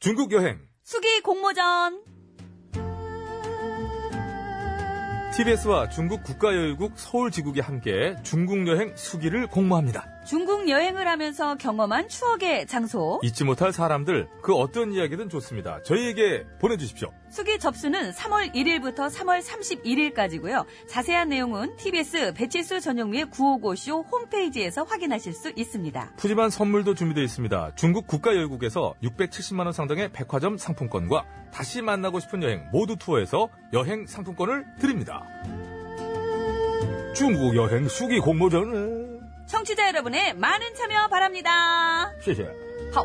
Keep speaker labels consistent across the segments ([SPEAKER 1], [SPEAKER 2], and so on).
[SPEAKER 1] 중국 여행
[SPEAKER 2] 수기 공모전.
[SPEAKER 1] TBS와 중국 국가여유국 서울지국이 함께 중국 여행 수기를 공모합니다.
[SPEAKER 2] 중국 여행을 하면서 경험한 추억의 장소.
[SPEAKER 1] 잊지 못할 사람들 그 어떤 이야기든 좋습니다. 저희에게 보내주십시오.
[SPEAKER 2] 수기 접수는 3월 1일부터 3월 31일까지고요. 자세한 내용은 TBS 배칠수 전영미의 955쇼 홈페이지에서 확인하실 수 있습니다.
[SPEAKER 1] 푸짐한 선물도 준비되어 있습니다. 중국 국가여유국에서 670만원 상당의 백화점 상품권과 다시 만나고 싶은 여행 모두 투어에서 여행 상품권을 드립니다. 중국 여행 수기 공모전을
[SPEAKER 2] 청취자 여러분의 많은 참여 바랍니다.
[SPEAKER 1] 谢谢.
[SPEAKER 2] 하우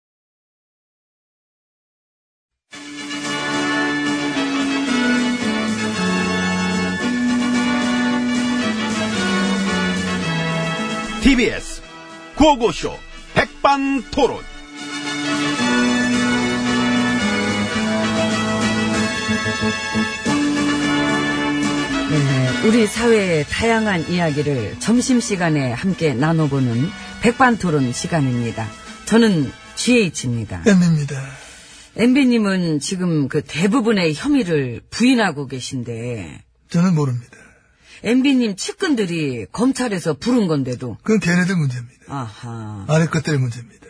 [SPEAKER 3] TBS 구호고쇼 백반토론
[SPEAKER 4] 네, 우리 사회의 다양한 이야기를 점심시간에 함께 나눠보는 백반토론 시간입니다. 저는 GH입니다.
[SPEAKER 5] M입니다.
[SPEAKER 4] MB님은 지금 그 대부분의 혐의를 부인하고 계신데,
[SPEAKER 5] 저는 모릅니다.
[SPEAKER 4] MB님 측근들이 검찰에서 부른 건데도,
[SPEAKER 5] 그건 걔네들 문제입니다.
[SPEAKER 4] 아하,
[SPEAKER 5] 아래 것들 문제입니다.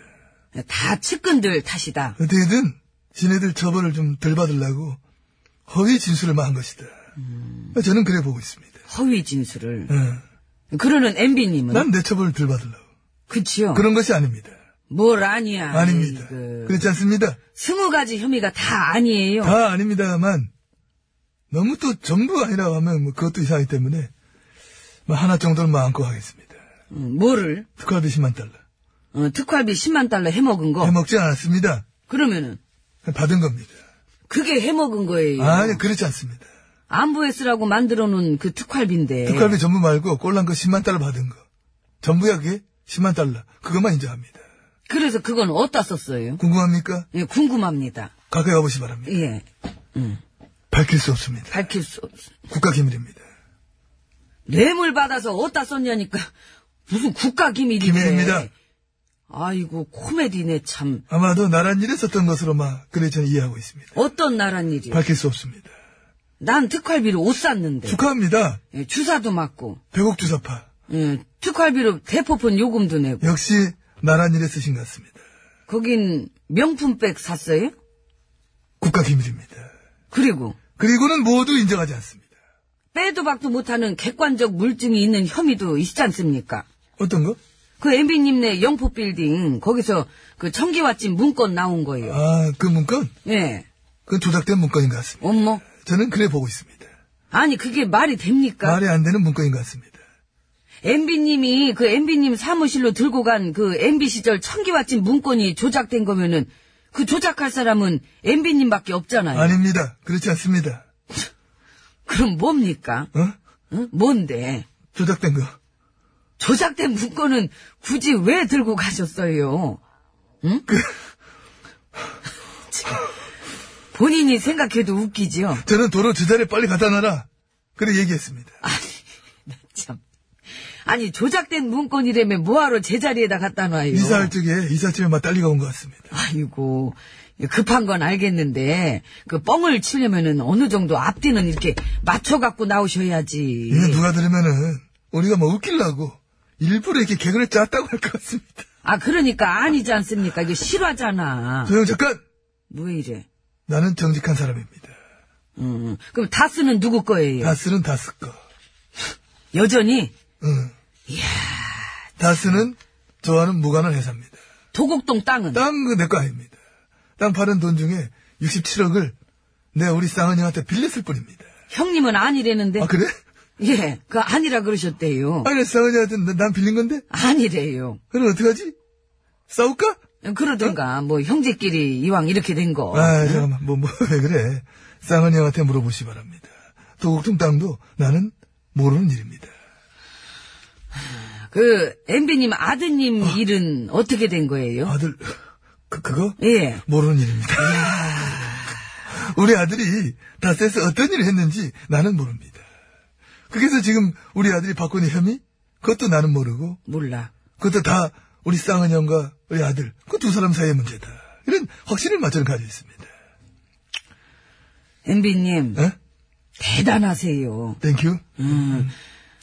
[SPEAKER 4] 네, 다 측근들 탓이다.
[SPEAKER 5] 어떻게든 지네들 처벌을 좀 덜 받으려고 허위 진술을 막 한 것이다. 저는 그래 보고 있습니다.
[SPEAKER 4] 음. 허위 진술을.
[SPEAKER 5] 어,
[SPEAKER 4] 그러는 MB님은?
[SPEAKER 5] 난내 처벌을 덜 받으려고.
[SPEAKER 4] 그치요?
[SPEAKER 5] 그런 것이 아닙니다.
[SPEAKER 4] 뭘 아니야.
[SPEAKER 5] 아닙니다.
[SPEAKER 4] 그,
[SPEAKER 5] 그렇지 않습니다.
[SPEAKER 4] 스무 가지 혐의가 다 아니에요.
[SPEAKER 5] 다 아닙니다만 너무 또 전부 아니라고 하면 뭐 그것도 이상하기 때문에 뭐 하나 정도는 마음껏 하겠습니다.
[SPEAKER 4] 음, 뭐를?
[SPEAKER 5] 특활비 10만 달러.
[SPEAKER 4] 어, 특활비 10만 달러 해먹은 거.
[SPEAKER 5] 해먹지 않았습니다.
[SPEAKER 4] 그러면은
[SPEAKER 5] 받은 겁니다.
[SPEAKER 4] 그게 해먹은 거예요.
[SPEAKER 5] 아니 그렇지 않습니다.
[SPEAKER 4] 안부에 쓰라고 만들어놓은 그 특활비인데.
[SPEAKER 5] 특활비 전부 말고 꼴랑 그 10만 달러 받은 거. 전부야 그게 10만 달러. 그것만 인정합니다.
[SPEAKER 4] 그래서 그건 어디다 썼어요?
[SPEAKER 5] 궁금합니까?
[SPEAKER 4] 예, 궁금합니다.
[SPEAKER 5] 가까이 와보시 기 바랍니다.
[SPEAKER 4] 예,
[SPEAKER 5] 밝힐 수 없습니다.
[SPEAKER 4] 밝힐 수 없.
[SPEAKER 5] 국가 기밀입니다.
[SPEAKER 4] 뇌물 받아서 어디다 썼냐니까 무슨 국가 기밀이래.
[SPEAKER 5] 기밀입니다.
[SPEAKER 4] 아이고 코미디네 참.
[SPEAKER 5] 아마도 나란 일에 썼던 것으로 막 그래 저는 이해하고 있습니다.
[SPEAKER 4] 어떤 나란 일이? 야
[SPEAKER 5] 밝힐 수 없습니다.
[SPEAKER 4] 난 특활비로 옷 샀는데.
[SPEAKER 5] 축하합니다.
[SPEAKER 4] 예, 주사도 맞고.
[SPEAKER 5] 배곡 주사파.
[SPEAKER 4] 예, 특활비로 대포폰 요금도 내고.
[SPEAKER 5] 역시 나란 일에 쓰신 것 같습니다.
[SPEAKER 4] 거긴 명품백 샀어요?
[SPEAKER 5] 국가 기밀입니다.
[SPEAKER 4] 그리고
[SPEAKER 5] 그리고는 모두 인정하지 않습니다.
[SPEAKER 4] 빼도 박도 못하는 객관적 물증이 있는 혐의도 있지 않습니까?
[SPEAKER 5] 어떤 거?
[SPEAKER 4] 그 MB님네 영포빌딩 거기서 그 청기와집 문건 나온 거예요.
[SPEAKER 5] 아, 그 문건?
[SPEAKER 4] 예.
[SPEAKER 5] 그건 조작된 문건인 것 같습니다.
[SPEAKER 4] 엄마.
[SPEAKER 5] 저는 그래 보고 있습니다.
[SPEAKER 4] 아니 그게 말이 됩니까?
[SPEAKER 5] 말이 안 되는 문건인 것 같습니다.
[SPEAKER 4] MB님이 그 MB님 사무실로 들고 간 그 MB 시절 청기와집 문건이 조작된 거면은 그 조작할 사람은 MB님밖에 없잖아요.
[SPEAKER 5] 네. 아닙니다. 그렇지 않습니다.
[SPEAKER 4] 그럼 뭡니까?
[SPEAKER 5] 어?
[SPEAKER 4] 응? 뭔데?
[SPEAKER 5] 조작된 거.
[SPEAKER 4] 조작된 문건은 굳이 왜 들고 가셨어요? 응? 참, 본인이 생각해도 웃기지요.
[SPEAKER 5] 저는 도로 제자리에 빨리 갖다 놔라. 그래 얘기했습니다.
[SPEAKER 4] 아, 참. 아니 조작된 문건이라며 뭐하러 제자리에다 갖다 놔요.
[SPEAKER 5] 이사할 적에 이삿짐에 막 딸리가 온 것 같습니다.
[SPEAKER 4] 아이고 급한 건 알겠는데 그 뻥을 치려면은 어느 정도 앞뒤는 이렇게 맞춰 갖고 나오셔야지.
[SPEAKER 5] 이거 누가 들으면은 우리가 뭐 웃기려고 일부러 이렇게 개그를 짰다고 할 것 같습니다.
[SPEAKER 4] 아 그러니까 아니지 않습니까? 이게 실화잖아.
[SPEAKER 5] 조용 잠깐!
[SPEAKER 4] 왜 이래?
[SPEAKER 5] 나는 정직한 사람입니다.
[SPEAKER 4] 음, 그럼 다스는 누구 거예요?
[SPEAKER 5] 다스는 다스 거.
[SPEAKER 4] 여전히
[SPEAKER 5] 다스는 저와는 무관한 회사입니다.
[SPEAKER 4] 도곡동 땅은?
[SPEAKER 5] 딴 거 내 거 아닙니다. 땅 파는 돈 중에 67억을 내 우리 쌍은이한테 빌렸을 뿐입니다.
[SPEAKER 4] 형님은 아니래는데.
[SPEAKER 5] 아, 그래?
[SPEAKER 4] 예, 그 아니라 그러셨대요.
[SPEAKER 5] 아니, 쌍은이한테 나- 난 빌린 건데?
[SPEAKER 4] 아니래요.
[SPEAKER 5] 그럼 어떡하지? 싸울까?
[SPEAKER 4] 그러든가, 뭐, 형제끼리 이왕 이렇게 된 거.
[SPEAKER 5] 아, 잠깐만. 뭐, 뭐, 왜 그래? 쌍은이 형한테 물어보시 바랍니다. 도곡동 땅도 나는 모르는 일입니다.
[SPEAKER 4] 그, 엠비님 아드님 일은 어떻게 된 거예요?
[SPEAKER 5] 아들, 그, 그거?
[SPEAKER 4] 예.
[SPEAKER 5] 모르는 일입니다. 우리 아들이 다스에서 어떤 일을 했는지 나는 모릅니다. 그래서 지금 우리 아들이 바꾼 혐의? 그것도 나는 모르고,
[SPEAKER 4] 몰라.
[SPEAKER 5] 그것도 다 우리 쌍은 형과 우리 아들, 그 두 사람 사이의 문제다. 이런 확신을 마저는 가지고 있습니다.
[SPEAKER 4] 엠비님,
[SPEAKER 5] 에?
[SPEAKER 4] 대단하세요.
[SPEAKER 5] 땡큐.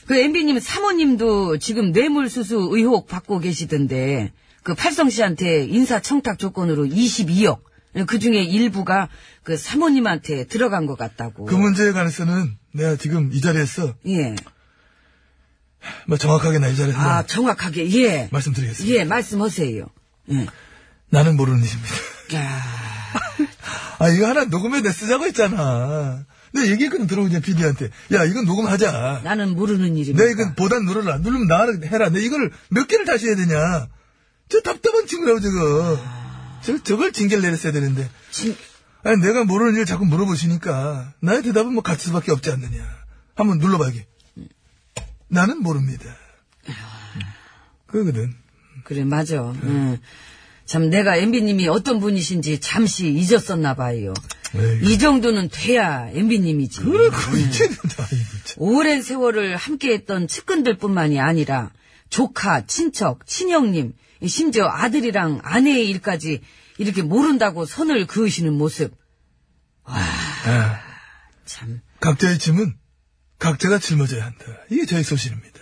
[SPEAKER 4] 그 엠비님 사모님도 지금 뇌물수수 의혹 받고 계시던데, 그 팔성 씨한테 인사청탁 조건으로 22억, 그 중에 일부가 그 사모님한테 들어간 것 같다고.
[SPEAKER 2] 네.
[SPEAKER 5] 그 문제에 관해서는 내가 지금 이 자리에서
[SPEAKER 4] 예.
[SPEAKER 5] 뭐 정확하게 나 이 자리에서
[SPEAKER 4] 아, 정확하게, 예.
[SPEAKER 5] 말씀드리겠습니다.
[SPEAKER 4] 예, 말씀하세요. 예.
[SPEAKER 5] 나는 모르는 일입니다.
[SPEAKER 4] 야,
[SPEAKER 5] 아, 이거 하나 녹음해 내 쓰자고 했잖아. 내 얘기했거든, 들어오자, PD한테. 야, 이건 녹음하자.
[SPEAKER 4] 나는 모르는 일입니다.
[SPEAKER 5] 내 네, 이건 보단 누르라. 누르면 나를 해라. 내 이걸 몇 개를 다시 해야 되냐. 저 답답한 친구라고, 저거.
[SPEAKER 4] 아.
[SPEAKER 5] 저, 저걸 징계를 내렸어야 되는데.
[SPEAKER 4] 진-
[SPEAKER 5] 아니, 내가 모르는 일 자꾸 물어보시니까. 나의 대답은 뭐 같을 수밖에 없지 않느냐. 한번 눌러봐야게. 나는 모릅니다. 그거거든.
[SPEAKER 4] 그래, 맞아. 예. 참, 내가 엠비님이 어떤 분이신지 잠시 잊었었나 봐요.
[SPEAKER 5] 에이.
[SPEAKER 4] 이 정도는 돼야 엠비님이지.
[SPEAKER 5] 그렇고, 이제, 아이고, 참.
[SPEAKER 4] 오랜 세월을 함께했던 측근들뿐만이 아니라 조카, 친척, 친형님, 심지어 아들이랑 아내의 일까지 이렇게 모른다고 선을 그으시는 모습.
[SPEAKER 5] 아.
[SPEAKER 4] 참.
[SPEAKER 5] 각자의 짐은 각자가 짊어져야 한다. 이게 저의 소신입니다.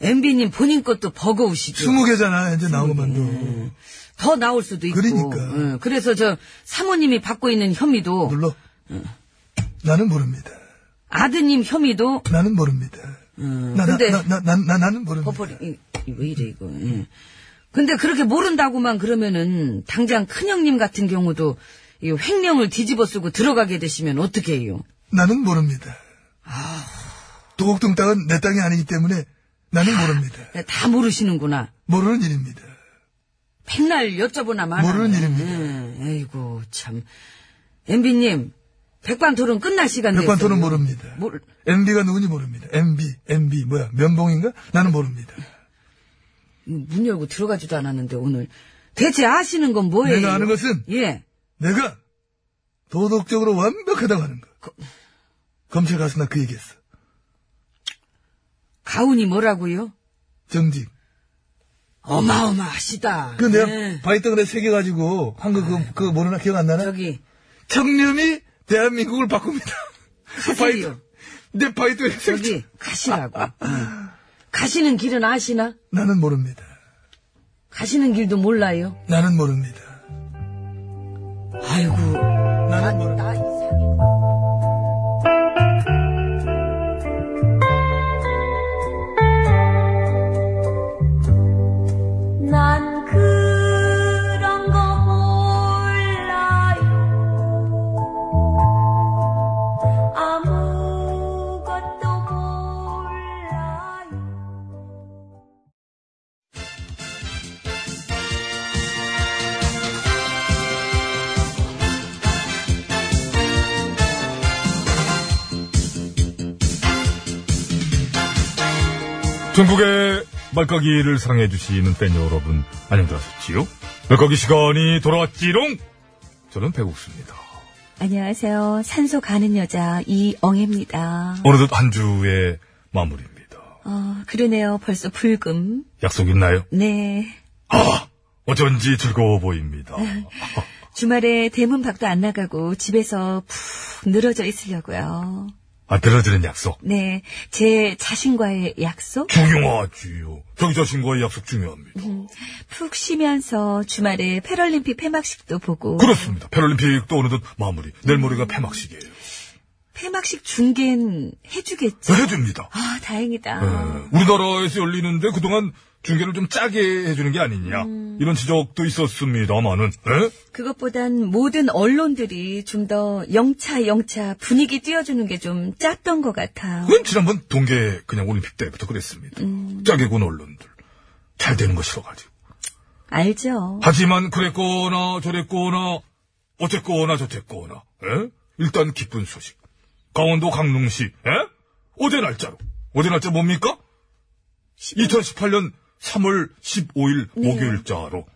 [SPEAKER 4] 엠비님 본인 것도 버거우시죠.
[SPEAKER 5] 스무 개잖아, 이제 나온 것만도.
[SPEAKER 4] 더 나올 수도 음, 있고. 음.
[SPEAKER 5] 그러니까.
[SPEAKER 4] 응, 그래서 저 사모님이 받고 있는 혐의도
[SPEAKER 5] 눌러.
[SPEAKER 4] 음.
[SPEAKER 5] 나는 모릅니다.
[SPEAKER 4] 아드님 혐의도
[SPEAKER 5] 나는 모릅니다. 나, 나,
[SPEAKER 4] 근데-
[SPEAKER 5] 나, 나, 나, 나, 나는 모릅니다.
[SPEAKER 4] 버퍼링 이- 이왜 이래 이거. 예. 근데 그렇게 모른다고만 그러면은 당장 큰형님 같은 경우도 이 횡령을 뒤집어쓰고 들어가게 되시면 어떻게 해요?
[SPEAKER 5] 나는 모릅니다.
[SPEAKER 4] 아.
[SPEAKER 5] 도곡동 땅은 내 땅이 아니기 때문에 나는 모릅니다.
[SPEAKER 4] 다 모르시는구나.
[SPEAKER 5] 모르는 일입니다.
[SPEAKER 4] 백날 여쭤보나 말아.
[SPEAKER 5] 모르는 일입니다.
[SPEAKER 4] 아이고 참. 엠비님 백반토론 끝날 시간 됐어요. 뭐,
[SPEAKER 5] 백반토는 모릅니다.
[SPEAKER 4] 모르-
[SPEAKER 5] MB가 누군지 모릅니다. MB, MB, 뭐야, 면봉인가? 나는 모릅니다.
[SPEAKER 4] 문 열고 들어가지도 않았는데 오늘 대체 아시는 건 뭐예요?
[SPEAKER 5] 내가 네, 아는 것은
[SPEAKER 4] 예.
[SPEAKER 5] 내가 도덕적으로 완벽하다고 하는 거. 검찰 가서 나 그 얘기했어.
[SPEAKER 4] 가훈이 뭐라고요?
[SPEAKER 5] 정직.
[SPEAKER 4] 어마어마하시다.
[SPEAKER 5] 그 내가
[SPEAKER 4] 예.
[SPEAKER 5] 바이든에 새겨 가지고 한 거 그거, 그거 모르나 기억 안 나나?
[SPEAKER 4] 저기
[SPEAKER 5] 청렴이 대한민국을 바꿉니다. 그
[SPEAKER 4] 가세요.
[SPEAKER 5] 내 바이든에 새겨.
[SPEAKER 4] 저기 가시라고. 응. 가시는 길은 아시나?
[SPEAKER 5] 나는 모릅니다.
[SPEAKER 4] 가시는 길도 몰라요.
[SPEAKER 5] 나는 모릅니다.
[SPEAKER 4] 아이고.
[SPEAKER 5] 나는 모릅니다.
[SPEAKER 4] 나 이상.
[SPEAKER 6] 난 그런 거 몰라요. 아무것도 몰라요.
[SPEAKER 1] 중국의 말까기를 사랑해주시는 팬 여러분, 안녕하셨지요? 말까기 시간이 돌아왔지롱! 저는 배국수입니다.
[SPEAKER 2] 안녕하세요. 산소 가는 여자 이엉입니다.
[SPEAKER 1] 어느덧 한 주의 마무리입니다.
[SPEAKER 2] 어, 그러네요. 벌써 불금.
[SPEAKER 1] 약속 있나요?
[SPEAKER 2] 네.
[SPEAKER 1] 어쩐지 즐거워 보입니다.
[SPEAKER 2] 주말에 대문 밖도 안 나가고 집에서 푹 늘어져 있으려고요.
[SPEAKER 1] 아, 들어드린 약속.
[SPEAKER 2] 네. 제 자신과의 약속?
[SPEAKER 1] 중요하지요. 자기 자신과의 약속 중요합니다.
[SPEAKER 2] 푹 쉬면서 주말에 패럴림픽 폐막식도 보고.
[SPEAKER 1] 그렇습니다. 패럴림픽도 어느덧 마무리. 내일 모레가 폐막식이에요.
[SPEAKER 2] 폐막식 중계는 해주겠죠?
[SPEAKER 1] 해줍니다.
[SPEAKER 2] 아, 다행이다.
[SPEAKER 1] 네. 예, 우리나라에서 열리는데 그동안 중계를 좀 짜게 해주는 게 아니냐 이런 지적도 있었습니다만은 예?
[SPEAKER 2] 그것보단 모든 언론들이 좀 더 영차 영차 분위기 띄워주는 게 좀 짰던 것 같아요.
[SPEAKER 1] 그건 지난번 동계 그냥 올림픽 때부터 그랬습니다. 짜게 군 언론들 잘 되는 거 싫어가지고
[SPEAKER 2] 알죠.
[SPEAKER 1] 하지만 그랬거나 저랬거나 어쨌거나 저쨌거나 예? 일단 기쁜 소식 강원도 강릉시 예? 어제 날짜로 어제 날짜 뭡니까? 2018년 3월 15일 목요일자로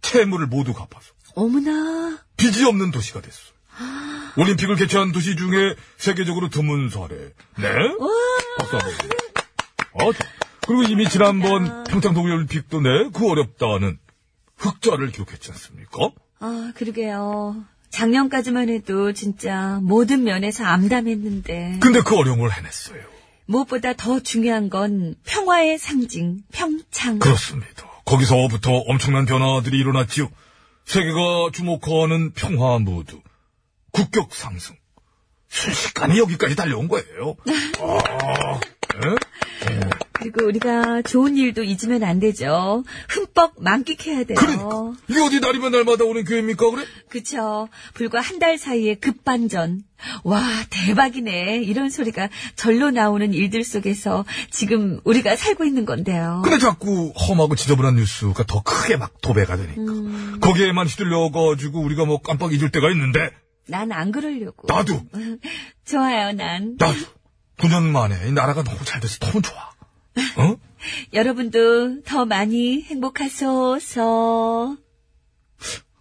[SPEAKER 1] 채무를 모두 갚아서
[SPEAKER 2] 어머나.
[SPEAKER 1] 빚이 없는 도시가 됐어. 올림픽을 개최한 도시 중에 세계적으로 드문 사례. 네? 박수 한번. 어, 좋아. 그리고 이미 지난번 평창 동계올림픽도 네, 그 어렵다는 흑자를 기록했지 않습니까?
[SPEAKER 2] 아, 그러게요. 작년까지만 해도 진짜 모든 면에서 암담했는데
[SPEAKER 1] 근데 그 어려움을 해냈어요.
[SPEAKER 2] 무엇보다 더 중요한 건 평화의 상징 평창.
[SPEAKER 1] 그렇습니다. 거기서부터 엄청난 변화들이 일어났지요. 세계가 주목하는 평화 무드, 국격 상승. 순식간에 여기까지 달려온 거예요.
[SPEAKER 2] 그리고 우리가 좋은 일도 잊으면 안 되죠. 흠뻑 만끽해야 돼요.
[SPEAKER 1] 그러니까. 이게 어디 날이면 날마다 오는 기회입니까, 그래?
[SPEAKER 2] 그쵸. 불과 한 달 사이에 급반전. 와, 대박이네. 이런 소리가 절로 나오는 일들 속에서 지금 우리가 살고 있는 건데요.
[SPEAKER 1] 근데 자꾸 험하고 지저분한 뉴스가 더 크게 막 도배가 되니까. 거기에만 휘둘려가지고 우리가 뭐 깜빡 잊을 때가 있는데,
[SPEAKER 2] 난 안 그러려고.
[SPEAKER 1] 나도,
[SPEAKER 2] 좋아요, 난.
[SPEAKER 1] 나도. 9년 만에 이 나라가 너무 잘 돼서 너무 좋아. 어?
[SPEAKER 2] 여러분도 더 많이 행복하소서.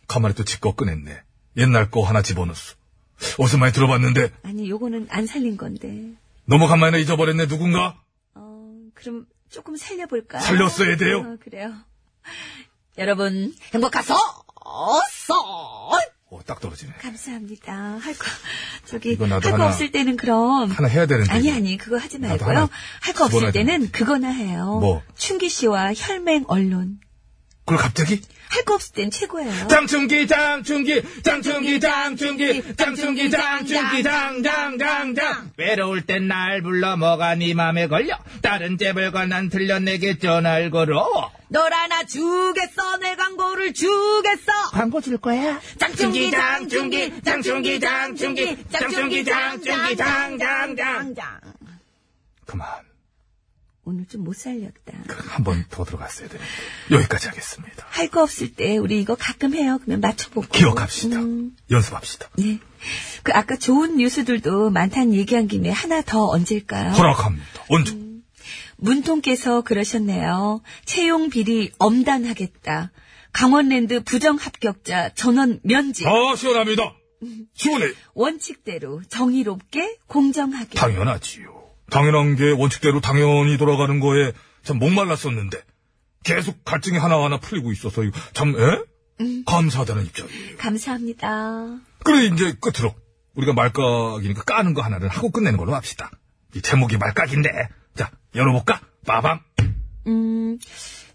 [SPEAKER 1] 가만히 그 또 지꺼 꺼냈네. 옛날 거 하나 집어넣었어. 어디서 많이 들어봤는데
[SPEAKER 2] 아니, 요거는 안 살린 건데.
[SPEAKER 1] 너무 간만에 잊어버렸네 누군가?
[SPEAKER 2] 어, 그럼 조금 살려볼까요?
[SPEAKER 1] 살렸어야 돼요.
[SPEAKER 2] 어, 그래요. 여러분, 행복하소! 서
[SPEAKER 1] 어, 딱 떨어지네.
[SPEAKER 2] 감사합니다. 할 거, 저기,
[SPEAKER 1] 이거
[SPEAKER 2] 할
[SPEAKER 1] 나도
[SPEAKER 2] 거
[SPEAKER 1] 하나-
[SPEAKER 2] 없을 때는 그럼.
[SPEAKER 1] 하나 해야 되는데.
[SPEAKER 2] 아니,
[SPEAKER 1] 이거.
[SPEAKER 2] 아니, 그거 하지
[SPEAKER 1] 나도
[SPEAKER 2] 말고요.
[SPEAKER 1] 하나
[SPEAKER 2] 할 거 없을
[SPEAKER 1] 집어넣어야
[SPEAKER 2] 때는
[SPEAKER 1] 되는데.
[SPEAKER 2] 그거나 해요.
[SPEAKER 1] 뭐?
[SPEAKER 2] 충기 씨와 혈맹 언론.
[SPEAKER 1] 그걸 갑자기?
[SPEAKER 2] 할 거 없을 땐 최고예요.
[SPEAKER 1] 장충기 장충기 장충기 장충기 장충기 장충기 장장장장
[SPEAKER 7] 외로울 땐 날 불러 뭐가 네 맘에 걸려 다른 재벌과 난 틀려내게 전화를 걸어
[SPEAKER 4] 널 하나 주겠어, 내 광고를 주겠어!
[SPEAKER 7] 광고 줄 거야
[SPEAKER 4] 장충기, 장충기, 장충기, 장충기, 장충기, 장충기, 장장장.
[SPEAKER 1] 그만
[SPEAKER 2] 오늘 좀 못 살렸다.
[SPEAKER 1] 한 번 더 들어갔어야 되는데 여기까지 하겠습니다.
[SPEAKER 2] 할 거 없을 때 우리 이거 가끔 해요. 그러면 맞춰보고.
[SPEAKER 1] 기억합시다.
[SPEAKER 2] 음,
[SPEAKER 1] 연습합시다.
[SPEAKER 2] 네. 그 아까 좋은 뉴스들도 많다는 얘기한 김에 하나 더 얹을까요?
[SPEAKER 1] 허락합니다. 언제?
[SPEAKER 2] 문통께서 그러셨네요. 채용 비리 엄단하겠다. 강원랜드 부정 합격자 전원 면직.
[SPEAKER 4] 어?
[SPEAKER 1] 아 시원합니다. 시원해.
[SPEAKER 2] 원칙대로 정의롭게 공정하게.
[SPEAKER 1] 당연하지요. 당연한 게 원칙대로 당연히 돌아가는 거에 참 목말랐었는데 계속 갈증이 하나하나 풀리고 있어서 이거 참 에? 감사하다는 입장이에요.
[SPEAKER 2] 감사합니다.
[SPEAKER 1] 그래 이제 끝으로 우리가 말깍이니까 까는 거 하나를 하고 끝내는 걸로 합시다. 이 제목이 말깍인데 자 열어볼까? 빠밤.
[SPEAKER 2] 음,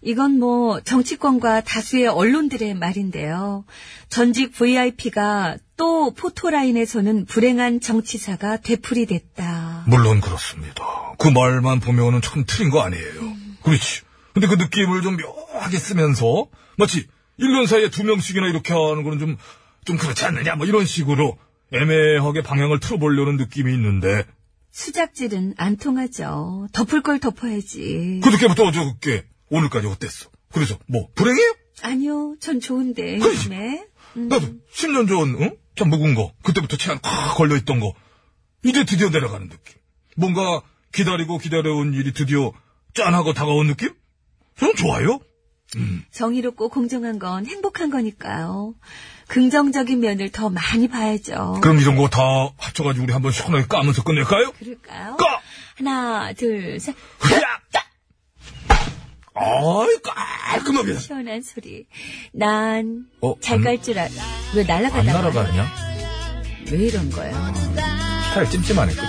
[SPEAKER 2] 이건 뭐 정치권과 다수의 언론들의 말인데요. 전직 VIP가 또 포토라인에서는 불행한 정치사가 되풀이됐다.
[SPEAKER 1] 물론 그렇습니다. 그 말만 보면은 참 틀린 거 아니에요. 그렇지. 근데 그 느낌을 좀 묘하게 쓰면서 마치 1년 사이에 두 명씩이나 이렇게 하는 거는 좀, 좀 그렇지 않느냐 뭐 이런 식으로 애매하게 방향을 틀어보려는 느낌이 있는데
[SPEAKER 2] 수작질은 안 통하죠. 덮을 걸 덮어야지.
[SPEAKER 1] 그저께부터 어저께 오늘까지 어땠어? 그래서 뭐 불행해요?
[SPEAKER 2] 아니요, 전 좋은데 네.
[SPEAKER 1] 그렇지.
[SPEAKER 2] 요즘에.
[SPEAKER 1] 나도 10년 전, 응? 참 묵은 거. 그때부터 체한 콱 걸려있던 거. 이제 드디어 내려가는 느낌. 뭔가 기다리고 기다려온 일이 드디어 짠하고 다가온 느낌? 저는 좋아요.
[SPEAKER 2] 정의롭고 공정한 건 행복한 거니까요. 긍정적인 면을 더 많이 봐야죠.
[SPEAKER 1] 그럼 이런 거 다 합쳐가지고 우리 한번 시원하게 까면서 끝낼까요?
[SPEAKER 2] 그럴까요?
[SPEAKER 1] 까!
[SPEAKER 2] 하나, 둘, 셋.
[SPEAKER 1] 흐야! 까! 아이, 깔끔하게.
[SPEAKER 2] 시원한 소리. 난 잘
[SPEAKER 1] 어,
[SPEAKER 2] 깔 줄 알. 왜
[SPEAKER 1] 안
[SPEAKER 2] 날아가다가
[SPEAKER 1] 날아가냐?
[SPEAKER 4] 왜 이런 거야?
[SPEAKER 1] 살 찜찜하네, 끝이.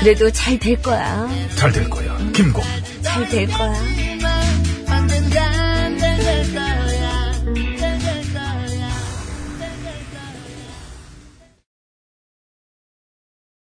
[SPEAKER 2] 그래도 그 잘 될 거야.
[SPEAKER 1] 잘될 거야. 김고
[SPEAKER 2] 잘 될 거야.